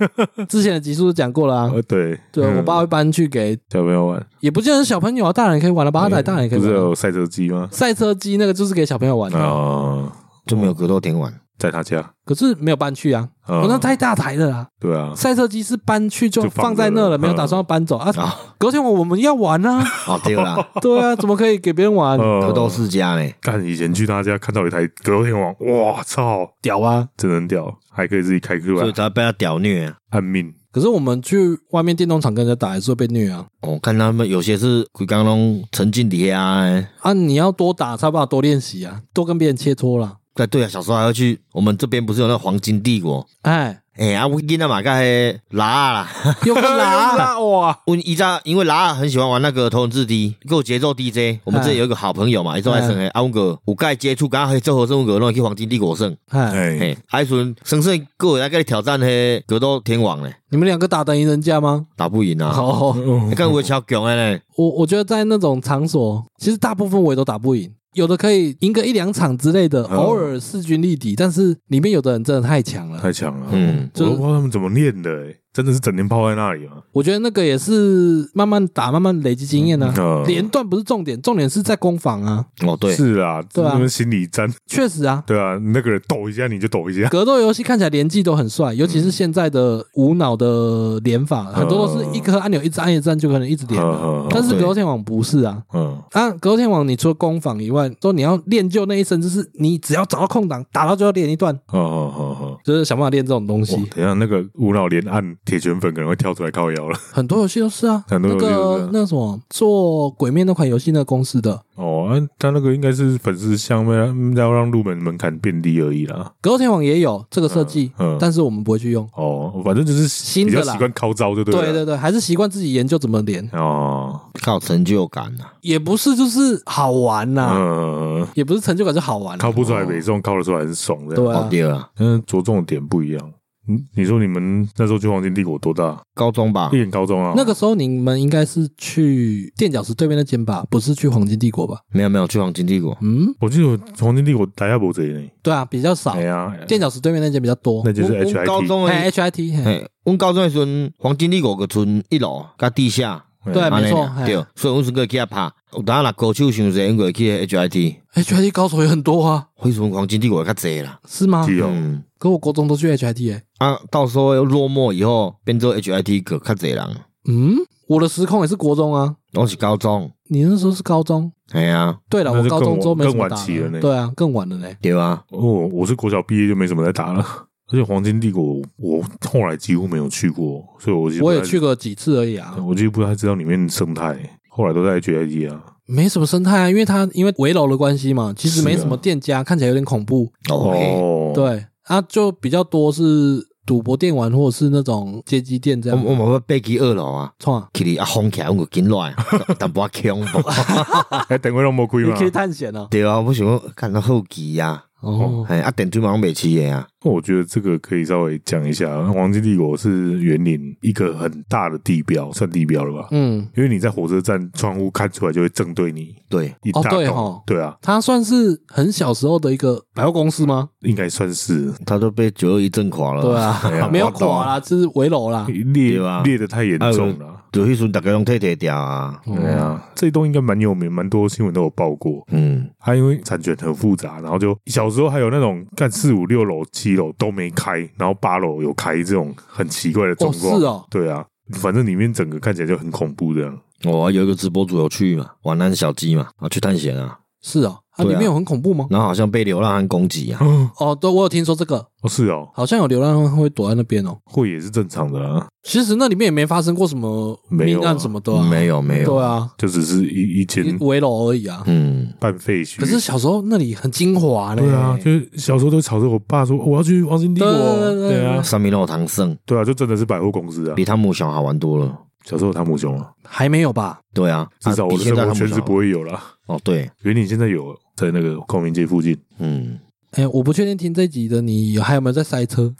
之前的集数都讲过了啊。
呃，对，
对，
嗯
我爸会搬去给，
小朋友玩，
也不见得是小朋友啊，大人也可以玩了，马仔大人也可以
嗯不是哦
玩啊。
有赛车机吗？
赛车机那个就是给小朋友玩的，
啊，
就没有格斗田 玩，
在他家。
可是没有搬去啊，
嗯
我那太大台了啦。
对啊，
赛车机是搬去就
就放
放在那
着了嗯
了，没有打算要搬走啊。隔天我们要玩啊，
哦，对 啦，
对啊，怎么可以给别人玩？
格
格
斗世家呢，
看以前去他家看到有一台格斗天王，哇操，
屌啊！
真能屌，还可以自己开 Q
所以
啊，
才被他屌虐啊。
按命。
可是我们去外面电动场跟人家打，还是会被虐啊。
我哦看他们有些是鬼刚龙沉浸底下哎。
啊，你要多打，才把多练习啊，多跟别人切磋啦。
对对啊，小时候还要去我们这边不是有那个黄金帝国？
哎，
哎、啊，我囡仔嘛，甲迄拉啊啦，
又 跟啦，
哇！
阮伊早因为拉啊很喜欢玩那个头文字 D，还有节奏 DJ。我们这里有一个好朋友嘛，伊做爱耍诶，啊，阮个有甲伊接触，刚刚做合生个拢去黄金帝国耍。
哎，
哎，
嘿，啊，迄阵生生个有来甲你挑战迄格斗天王咧，
你们两个打得赢人家吗？
打不赢啊，
哦，
你看我超强诶咧，
我我觉得在那种场所，其实大部分我也都打不赢，有的可以赢个一两场之类的，
嗯
偶尔势均力敌，但是里面有的人真的太强了。
太强了，
嗯
我都不知道他们怎么练的，哎，真的是整天泡在那里啊。
我觉得那个也是慢慢打，慢慢累积经验啊。
嗯
连段不是重点，重点是在攻防啊。
哦对，
是啊，
对啊
你们心理战，
确实啊，
对啊，那个人抖一下你就抖一下，
格斗游戏看起来连技都很帅，尤其是现在的无脑的连法，很多都是一颗按钮一直按一直按就可能一直连啊。
嗯
但是
对
格斗天网不是啊，
嗯，
啊，格斗天网你除了攻防以外，说你要练就那一身，就是你只要找到空档，打到就要练一段，
哦哦哦
就是想办法练这种东
哦，哇
西。
等一下那个无脑连按铁拳粉可能会跳出来靠腰了。
很多游戏都是啊，
很多
那
游戏都是啊
个那什么做鬼面那款游戏那个公司的
哦，啊他那个应该是粉丝项目，要让入门门槛变低而已啦。
格斗天网也有这个设计，
嗯嗯
但是我们不会去用。
哦，反正就是
新
比
的
较
啦
习惯靠招就对了。啊
对对对，还是习惯自己研究怎么连，
哦，
靠成就感啊，
也不是就是好玩呐、
嗯，
也不是成就感，就好玩、啊
靠不出来北宋，靠得出来很爽的。
对
哦
啊，
对啊，
但是着重的点不一样。嗯，你说你们那时候去黄金帝国多大？
高中吧
一，年高中啊？
那个时候你们应该是去垫脚石对面那间吧，不是去黄金帝国吧？
没有没有去黄金帝国，
嗯，
我记得我黄金帝国大家不贼呢。
对啊，比较少
哎。呀，
垫脚石对面那间比较多
那。就是
我我
HIT
高中
哎
诶，
，HIT，嘿
嘿，阮高中诶时阵，黄金帝国个村一楼甲地下。
对，
安尼
哎没错
俩，
嘿
哦
对，所以阮是个去遐拍。有当若高手哎伤济，阮个去 H I T，
，HIT 高手也很多啊，
迄时阵黄金帝国较济啦。
是吗？
是哦，
嗯，
可我国中都去 HIT 哎，
啊，到时候落寞以后变做 H I T 个较济人，
嗯，我的时空也是国中啊，
拢是高中，
你那时候是高中。
系啊，
对了，
那
我
就
高
更
中之后没
晚
什么
更晚
打
期了呢
对啊，更晚了嘞。
对啊，
哦，我是国小毕业就没什么在打了。 而且黄金帝国我后来几乎没有去过，所以我就
我也去过几次而已啊，
我就不太知道里面生态，后来都在 HIT 啊。
没什么生态啊，因为它因为围楼的关系嘛，其实没
啊
什么店家，看起来有点恐怖。
哦，嘿
哦，，
对啊，就比较多是赌博店玩，或者是那种街机店这
我
样。
我嘛要爬去二楼啊，
创啊，
去哩啊封起来，阮个紧 来，淡薄仔恐怖，
哎，等会让魔亏
你
嘛
可。以探险啊。
对啊，我想讲看到好奇啊，
哦，
嘿，啊电梯嘛拢袂饲诶啊，
我觉得这个可以稍微讲一下，黄金帝国是园林一个很大的地标，算地标了吧？
嗯，
因为你在火车站窗户看出来就会正对你
对，
一大
哦对
栋
吼，
对啊，
它算是很小时候的一个百货公司吗？
应该算是
他都被九二一震垮了，
对
哎呀
啊，没有垮啦，就是围楼啦。
裂
对吧
裂的太严重了。
就迄时阵逐个拢退退掉啊，
哦
对
嗯
啊，这一栋应该蛮有名，蛮多新闻都有报过。
嗯，
它因为产权很复杂，然后就小时候还有那种干四五六楼、七楼都没开，然后八楼有开这种很奇怪的状况。
哦是哦
对啊，反正里面整个看起来就很恐怖这样。
我哦有一个直播主有去嘛，晚安小鸡嘛，啊去探险啊，
是哦，它里
对啊
面有很恐怖吗？
然后好像被流浪汉攻击啊，
哦，
哦，对，我有听说这个，
是哦，
好像有流浪汉会躲在那边哦。
会也是正常的啊，
其实那里面也没发生过什么
没有
命
啊
案什么的、啊
没有没有
对啊，
就只是一一间
围楼而已啊。
嗯，
半废墟。
可是小时候那里很精华呢。
对啊，就是小时候都吵着我爸说我要去王金帝国，
对对对
对啊，
三明肉唐僧
对啊，就真的是百货公司啊
比。汤姆熊好玩多了。
小时候有汤姆熊啊，
还没有吧？
对啊，
至少
啊比
我的
现
生
在
活
汤姆
圈
熊
是
好
不会有了。
哦，对，
园林现在有，在那个光明街附近，
嗯，
哎、我不确定听这集的你还有没有在 塞车，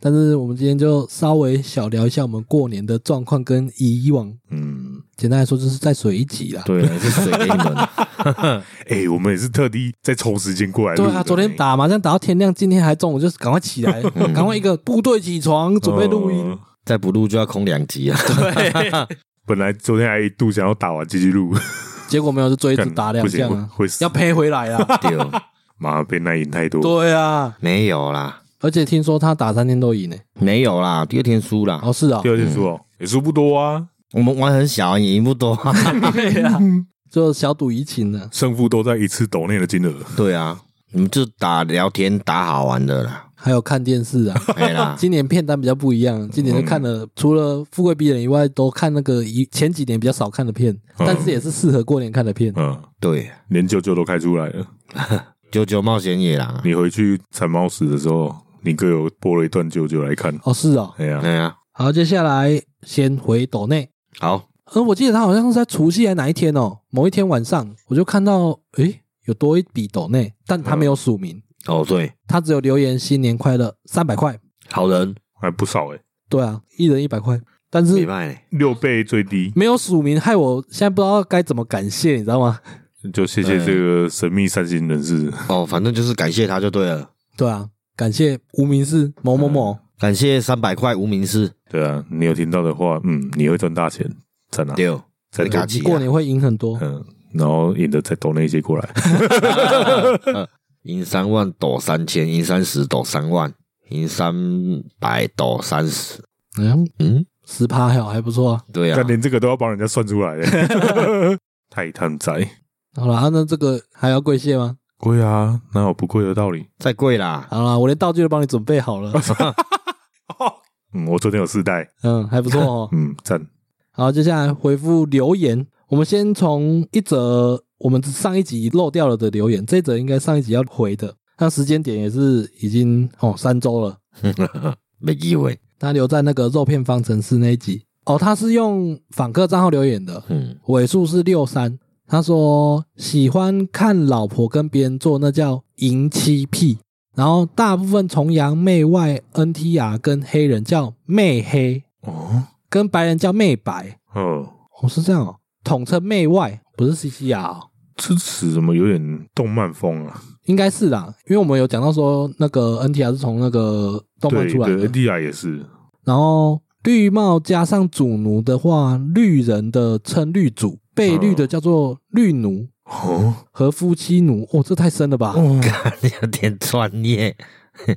但是我们今天就稍微小聊一下我们过年的状况，跟以往
嗯，
简单来说就是在水一集啦。
对，是水给你们。
哎、我们也是特地在抽时间过来录
对
的。哎
啊，昨天打麻将打到天亮，今天还中午，就是赶快起 来，赶快一个部队起床，准备录音。
嗯
再不录就要空两集 啊。
本来昨天还一度想要打完继续录，
结果没有，就追一直
干
打两
不行
下
会
啊，
会死
要赔回来 啊。
对，
妈被那赢太多。
对啊，
没有啦，
而且听说他打三天都赢呢、
没有啦，第二天输啦。
哦，是啊、
第二天输哦，也输不多啊，
我们玩很小啊，也赢不多 啊。
对啊，就小赌怡情啊呢、
胜负都在一次抖内的金额。
对啊，你们就打聊天，打好玩的啦。哎
还有看电视啊。
没 啦，
今年片单比较不一
嗯
样，今年就看了、除了《富贵逼人》以外，都看那个以前几年比较少看的片，
嗯
但是也是适合过年看的片。
嗯，
对，
连舅舅都开出来了。
九九冒险野狼啊。
你回去铲猫屎的时候，你哥有播了一段舅舅来看。
哦，是哦。
哎呀，
对啊，
好，接下来先回斗内。
好，
呃，我记得他好像是在除夕还哪一天哦，某一天晚上我就看到，诶，有多一笔斗内，但他没有署
嗯
名，
哦对，
他只有留言“新年快乐”三百块。
好人
还不少哎、
对啊，一人一百块，但
没
是
卖嘞。
六倍最低，
没有署名，害我现在不知道该怎么感谢，你知道吗？
就谢谢这个神秘善心人士。
嗯
哦，反正就是感谢他就对了，
对啊，感谢无名氏某某
嗯
某。
感谢三百块无名氏
对啊，你有听到的话，嗯，你会赚大钱，赞啊，
六，再
再给他
嘎
你
起
过年会赢很多，
嗯，然后引的再抖那一些过来，
赢三万抖三千，赢三十抖三万，赢三百抖三十。
嗯，
嗯，
十趴还好还不错啊。
对啊
但，连这个都要帮人家算出来嘞，太贪财。
好啦，啊那这个还要跪谢吗？
贵啊，哪有不贵的道理？
再贵啦，
好啦，我连道具都帮你准备好了，
嗯，我昨天有四袋，
嗯，还不错 哦。
嗯，赞。
好，接下来回复留言，我们先从一则我们上一集漏掉了的留言，这则应该上一集要回的，那时间点也是已经哦三周了。
没机会。
他留在那个肉片方程式那一集哦，他是用访客账号留言的，
嗯，
尾数是六三。他说喜欢看老婆跟别人做，那叫淫妻癖。然后大部分崇洋媚外、NTR 跟黑人叫媚黑，
哦，
跟白人叫媚白。
哦，
哦，是这样哦，统称媚外，不是 CCR，、哦、
这词怎么有点动漫风啊？
应该是啦，因为我们有讲到说那个 NTR 是从那个动漫
对
出来
对
的，
，NDR 也是，
然后绿帽加上主奴的话，绿人的称绿主，被绿的叫做绿奴
哦，
和夫妻奴。哦，这太深了吧？
哦，
有点专业。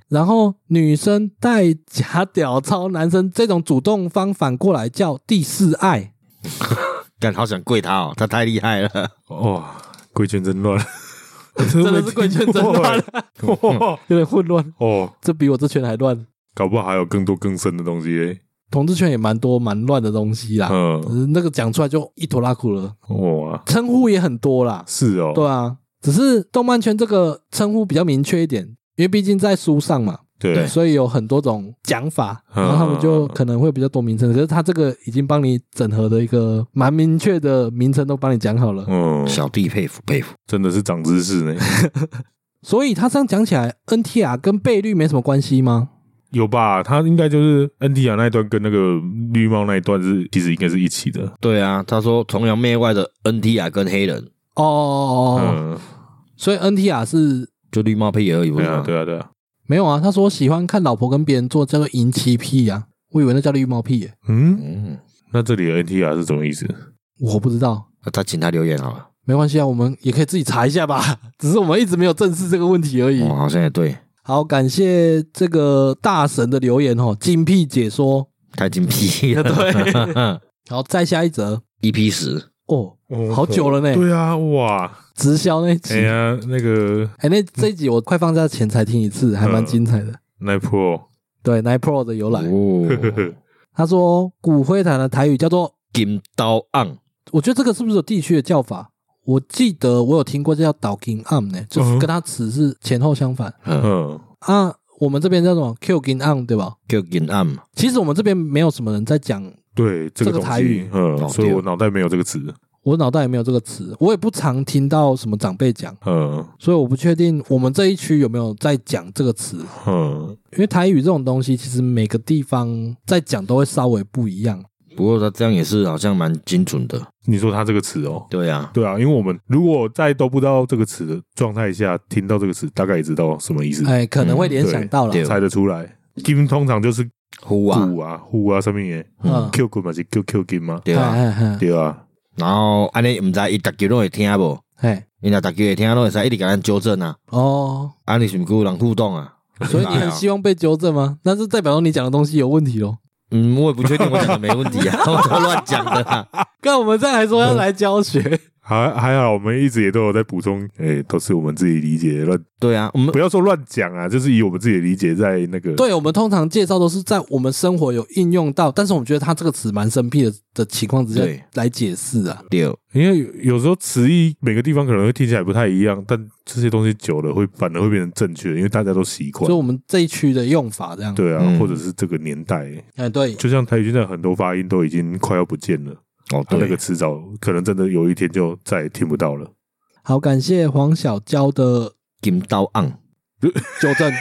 然后女生带假屌操男生这种主动方反过来叫第四爱。
干，好想跪他哦，他太厉害了。
哇，贵圈真乱，真
真的是贵圈 真乱，
哦
有点混乱，
哦，
这比我这圈还乱。
搞不好还有更多更深的东西欸。
同志圈也蛮多蛮乱的东西啦，
嗯，
嗯、那个讲出来就一坨拉苦了，
哇，
称呼也很多啦。
是哦，
对啊，只是动漫圈这个称呼比较明确一点，因为毕竟在书上嘛，
对
对
所以有很多种讲法，
嗯
然后他们就可能会比较多名称。可是他这个已经帮你整合的一个蛮明确的名称都帮你讲好了，
嗯，
小弟佩服佩服。
真的是长知识呢，
所以他这样讲起来，NTR 跟倍率没什么关系吗？
有吧？他应该就是 NTR 那一段跟那个绿帽那一段是，其实应该是一起的。
对啊，他说崇洋媚外的 NTR 跟黑人
哦哦哦，哦
嗯，
所以 NTR 是
就绿帽配而已，不
对
是
啊，
吗？
对啊，对啊。
没有啊？他说喜欢看老婆跟别人做叫做淫妻癖啊，我以为那叫绿帽癖、耶，
嗯，
嗯，
那这里的 NTR 是什么意思？
我不知道。
那他请他留言好了。
没关系啊，我们也可以自己查一下吧。 只是我们一直没有正视这个问题而已。
哦，好像也对，
好，感谢这个大神的留言哦，精辟解说。
太精辟了。
对，好，再下一则
EP E 十，
哦，
哦
好久了呢
对啊，哇，
直销那一集
哎。呀，那个
哎、那这一集我快放假前才听一次，还蛮精彩的。
n i Pro，
对，Nine Pro 的由来，
哦，
他说骨灰坛的台语叫做，
金刀案，
我觉得这个是不是有地区的叫法？我记得我有听过这叫倒金 arm 呢，就是
嗯
跟它词是前后相反、
嗯，
嗯，
啊。我们这边叫什么 Q 金 arm 对吧？
叫金案嘛，
其实我们这边没有什么人在讲，
对，这
这个
个东西
台语
哦
嗯，所以
对
我脑袋没有这个词，
我脑袋也没有这个词，我也不常听到什么长辈讲，
嗯
所以我不确定我们这一区有没有在讲这个词。
嗯，
因为台语这种东西，其实每个地方在讲都会稍微不一样。
不过他这样也是好像蛮精准的，
你说他这个词哦。
对啊，
对啊，因为我们如果在都不知道这个词的状态下，听到这个词，大概也知道什么意思，
哎，可能会
嗯
联想
对
到了
对，
猜得出来。金通常就是
呼啊，
鼓啊、呼啊上面耶
嗯，
，Q 鼓嘛是 Q Q 金嘛，
对
哎
啊，
哎哎
对啊，
然后安尼毋知伊逐球拢会听无，
哎，
伊若逐球会听，拢会使一直甲咱纠正啊，
哦，
啊你是毋是有人互动啊？
所以你很希望被纠正吗？那是代表说你讲的东西有问题咯。
嗯，我也不确定我讲的没问 题啊，我都乱讲的啊。
刚我们这样还说要来教学，
还还好，我们一直也都有在补充，哎、都是我们自己理解的乱，
对啊，我们
不要说乱讲啊，就是以我们自己的理解在那个，
对我们通常介绍都是在我们生活有应用到，但是我们觉得它这个词蛮生僻的的情况之下
对
来解释啊。
对
因为有有时候词义每个地方可能会听起来不太一样，但这些东西久了会反而会变成正确，因为大家都习惯
所以。我们这一区的用法这样，，
对啊，
嗯
或者是这个年代，
哎对，
就像台语现在很多发音都已经快要不见了，
哦
它
对，
那个迟早可能真的有一天就再也听不到了。
好，感谢黄小娇的
金刀案，
纠正，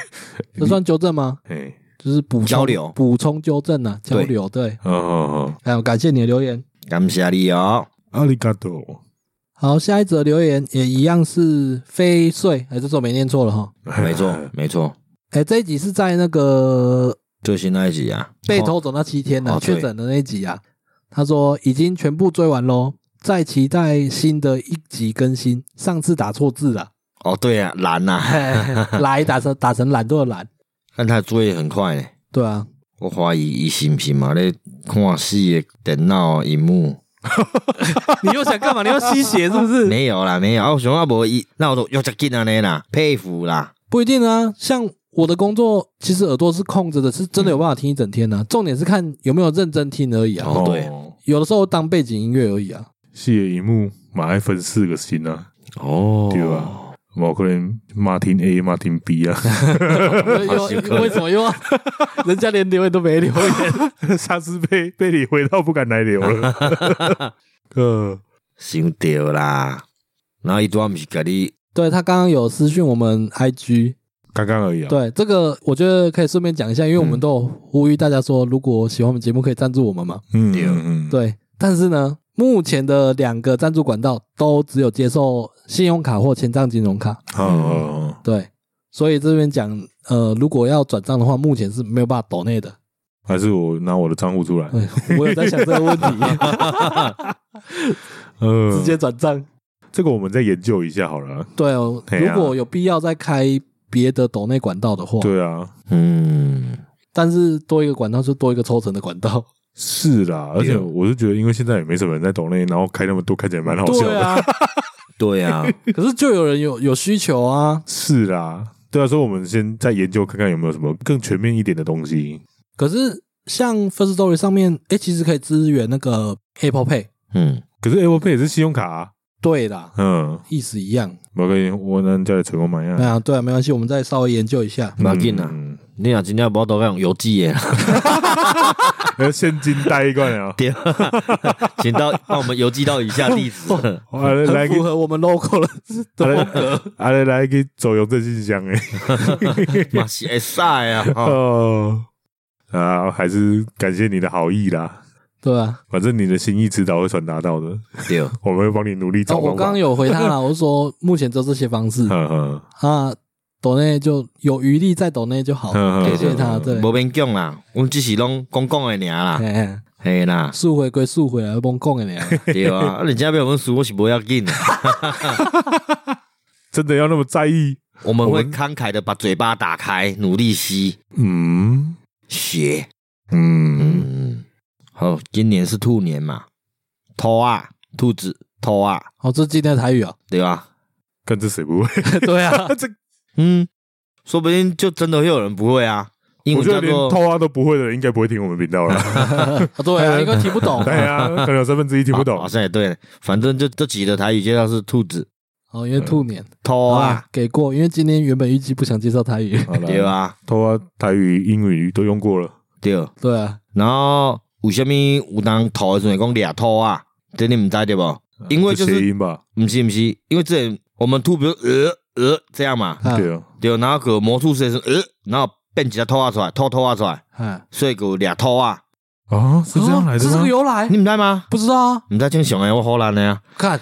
这算纠正吗？
哎、
就是补充
交流
补充纠正啊，交
对
流对。
嗯嗯嗯，
还有感谢你的留言。
感谢你哦。
阿里嘎多，
好，下一则留言也一样是翡翠，哎，这次我没念错了哈。
没 错，没错，
哎，这一集是在那个
最新那一集啊，
哦被偷走那七天呢、
哦对
确诊的那一集啊，他说已经全部追完喽，再期待新的一集更新。上次打错字 了，
哦，对啊，懒呐、啊，
来打成打成懒惰的懒，
但他追也很快呢。
对啊，
我怀疑伊是不是嘛咧看死的电脑荧幕？
你又想干嘛？你要吸血是不是？
没有啦，没有。啊、我想啊，无伊，啊那我都又接近安尼啦，佩服啦。
不一定啊，像我的工作，其实耳朵是空着的，是真的有办法听一整天啊。重点是看有没有认真听而已啊。
哦对
有的时候当背景音乐而已 啊。
细野一幕马爱分四个心啊，
哦
对啊，某个人 Martin A、Martin B 啊，
又
有可能
为什么又要？ 人家连留言都没留 言。
下次被被你回到不敢来留了。 呃，
想到啦。然后伊拄啊，毋是甲你
对他刚刚有私讯我们 IG，
刚刚而已啊。
对这个我觉得可以顺便讲一下，因为我
嗯
们都有呼吁大家说，如果喜欢我们节目可以赞助我们嘛。
嗯，
对
嗯，嗯，
对，但是呢，目前的两个赞助管道都只有接受信用卡或千账金融卡。
好好，好
对，所以这边讲，呃，如果要转账的话，目前是没有办法抖内的。
还是我拿我的账户出来，
对， 我有在想这 个问题，
呃，
直接转账。
这个我们再研究一下好了。
对哦，
嘿
如
啊
果有必要再开别的抖内管道的话，
对啊，
嗯，
但是多一个管道就多一个抽成的管道。
是啦，而且
对
我是觉得，因为现在也没什么人在懂内，然后开那么多，看起来蛮好笑
对
的。
啊，
对 啊，
可是就有人有有需求啊。
是啦，对啊，所以我们先再研究看看有没有什么更全面一点的东西。
可是像 First Story 上面，哎、其实可以支援那个 Apple Pay。
嗯，
可是 Apple Pay 也是信用卡啊，
对啦，
嗯，
意思一样。
我跟我能叫你成功买
对
呀，
啊，对啊，没关系，我们再稍微研究一下。
不要紧啦。
嗯，
你若真正无多用邮寄的 啦，，
要现金带一罐啊
对啊，请到帮我们邮寄到以下地 址。
啊来来
很
给
符合我们 local 的
来啊来来给走邮政信箱哎，
嘛是会使啊，吼
哦啊，还是感谢你的好意啦，
对啊，
反正你的心意迟早会传达到的，
对，
我们会帮你努力
哦，
找
我
方
刚
法
刚。有回他 了，我就说目前只有这些方式
嗯嗯
啊，抖内就有余力再抖内就好。
嗯
感
对
谢
对
他，对，
无免讲啦，阮只是拢讲讲诶尔啦，
哎哎，
嘿啦，
速回归速回来，我帮讲的俩。
对啊，啊人家要我们输，我是无要紧的，
真的要那么在意？
我们
我
会
们
慷慨的把嘴巴打开，努力吸
嗯
血，
嗯，
嗯，好，今年是兔年嘛，兔啊，兔子，兔啊，
哦，这是今天的台语哦。
对吧？
看这谁不会？
对啊，
这
嗯，说不定就真的会有人不会啊。英
我
文
觉得
叫
连
做
偷啊都不会的人，应该不会听我们频道了。
对 啊，应该听不懂。
对啊，可能有三分之一听不
好
懂
好。像也对了，反正就这集的台语介绍是兔子，
哦，因为兔年。
兔
好
啊，
啦，给过，因为今天原本预计不想介绍台语。
好啦
对，吧？
偷啊，台语、英语都用过了。
对。
对啊，
然后有啥物有人吐的时阵讲俩吐啊，这你毋知对
啊
不？因为就是
谐音吧，
毋是毋是，因为之前我们吐，比如呃呃这样嘛，
啊
对啊，
对，然后个魔术师是呃，然后变一只兔啊出来，吐吐啊出来，
啊，
所以个俩吐啊，
啊，是这样来的
哦是这
吗
个？由来
你，毋知吗？
不知道啊。
毋知正常诶，我荷兰诶啊，
看，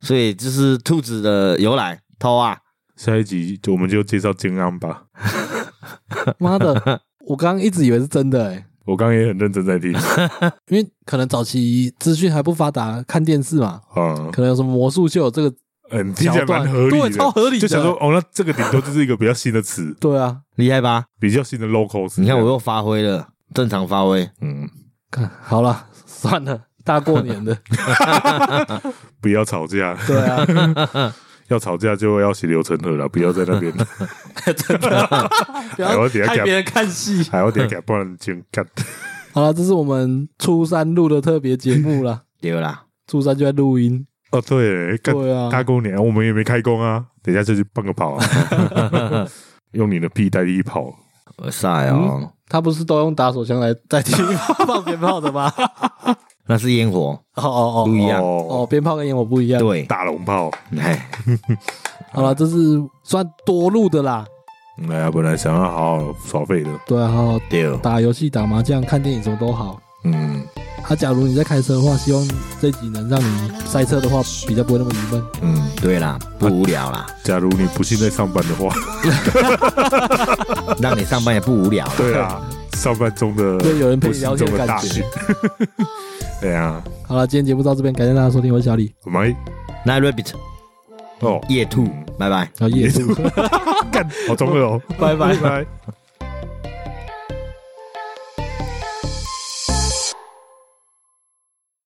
所以这是兔子的由来，兔啊，
下一集就我们就介绍建安吧。
妈 的，我刚刚一直以为是真的哎，
我刚刚也很认真在听
因为可能早期资讯还不发达，看电视嘛，
啊，
可能有什么魔术秀这个
嗯，听起来
桥段
蛮合，理
对，超
的，
合理的。
就想说，哦，那这个顶多就是一个比较新的词，
对啊，
厉害吧？
比较新的 local 词。
你看我，又发挥了，正常发挥，
嗯，
看好了，算了，大过年 的，
不要吵架，
对啊，
要吵架就要写流程了啦，不要在那边，
不
哎
要
我等一下
害
给
别人看戏。
还要点给不然就干。
好了，这是我们初三录的特别节目啦，
对啦，
初三就在录音。
哦，对，干
对啊，
大过年我们也没开工啊，等一下就去办个跑啊，用你的屁代替跑。
哇塞
嗯
哦，
他不是都用打手枪来代替放鞭炮的 吗？
那是烟火，
哦哦
不
哦
一样，
哦，
哦，鞭炮跟烟火不一样。，
对，
大龙炮。
哎，
好了，这是算多录的啦。
嗯哎呀，本来想要好好耍废的，
对啊，好好
对，
打游戏、打麻将、看电影什么都好。
嗯
啊，假如你在开车的话，希望这集能让你塞车的话比较不会那么郁闷。
嗯。
对啦，不无聊啦，
假如你不幸在上班的话，
让你上班也不无聊啦。
对啊， 上班中的
对有人陪
不
你聊
幸中
天的
的
感
大
觉
幸。 对啊，
好了，今天节目到这边，感谢大家收听，我是小李，
我们
那 rabbit
哎哦，
夜兔，拜拜。
然后夜
夜
兔，
干好中二哦，
拜拜
拜。拜。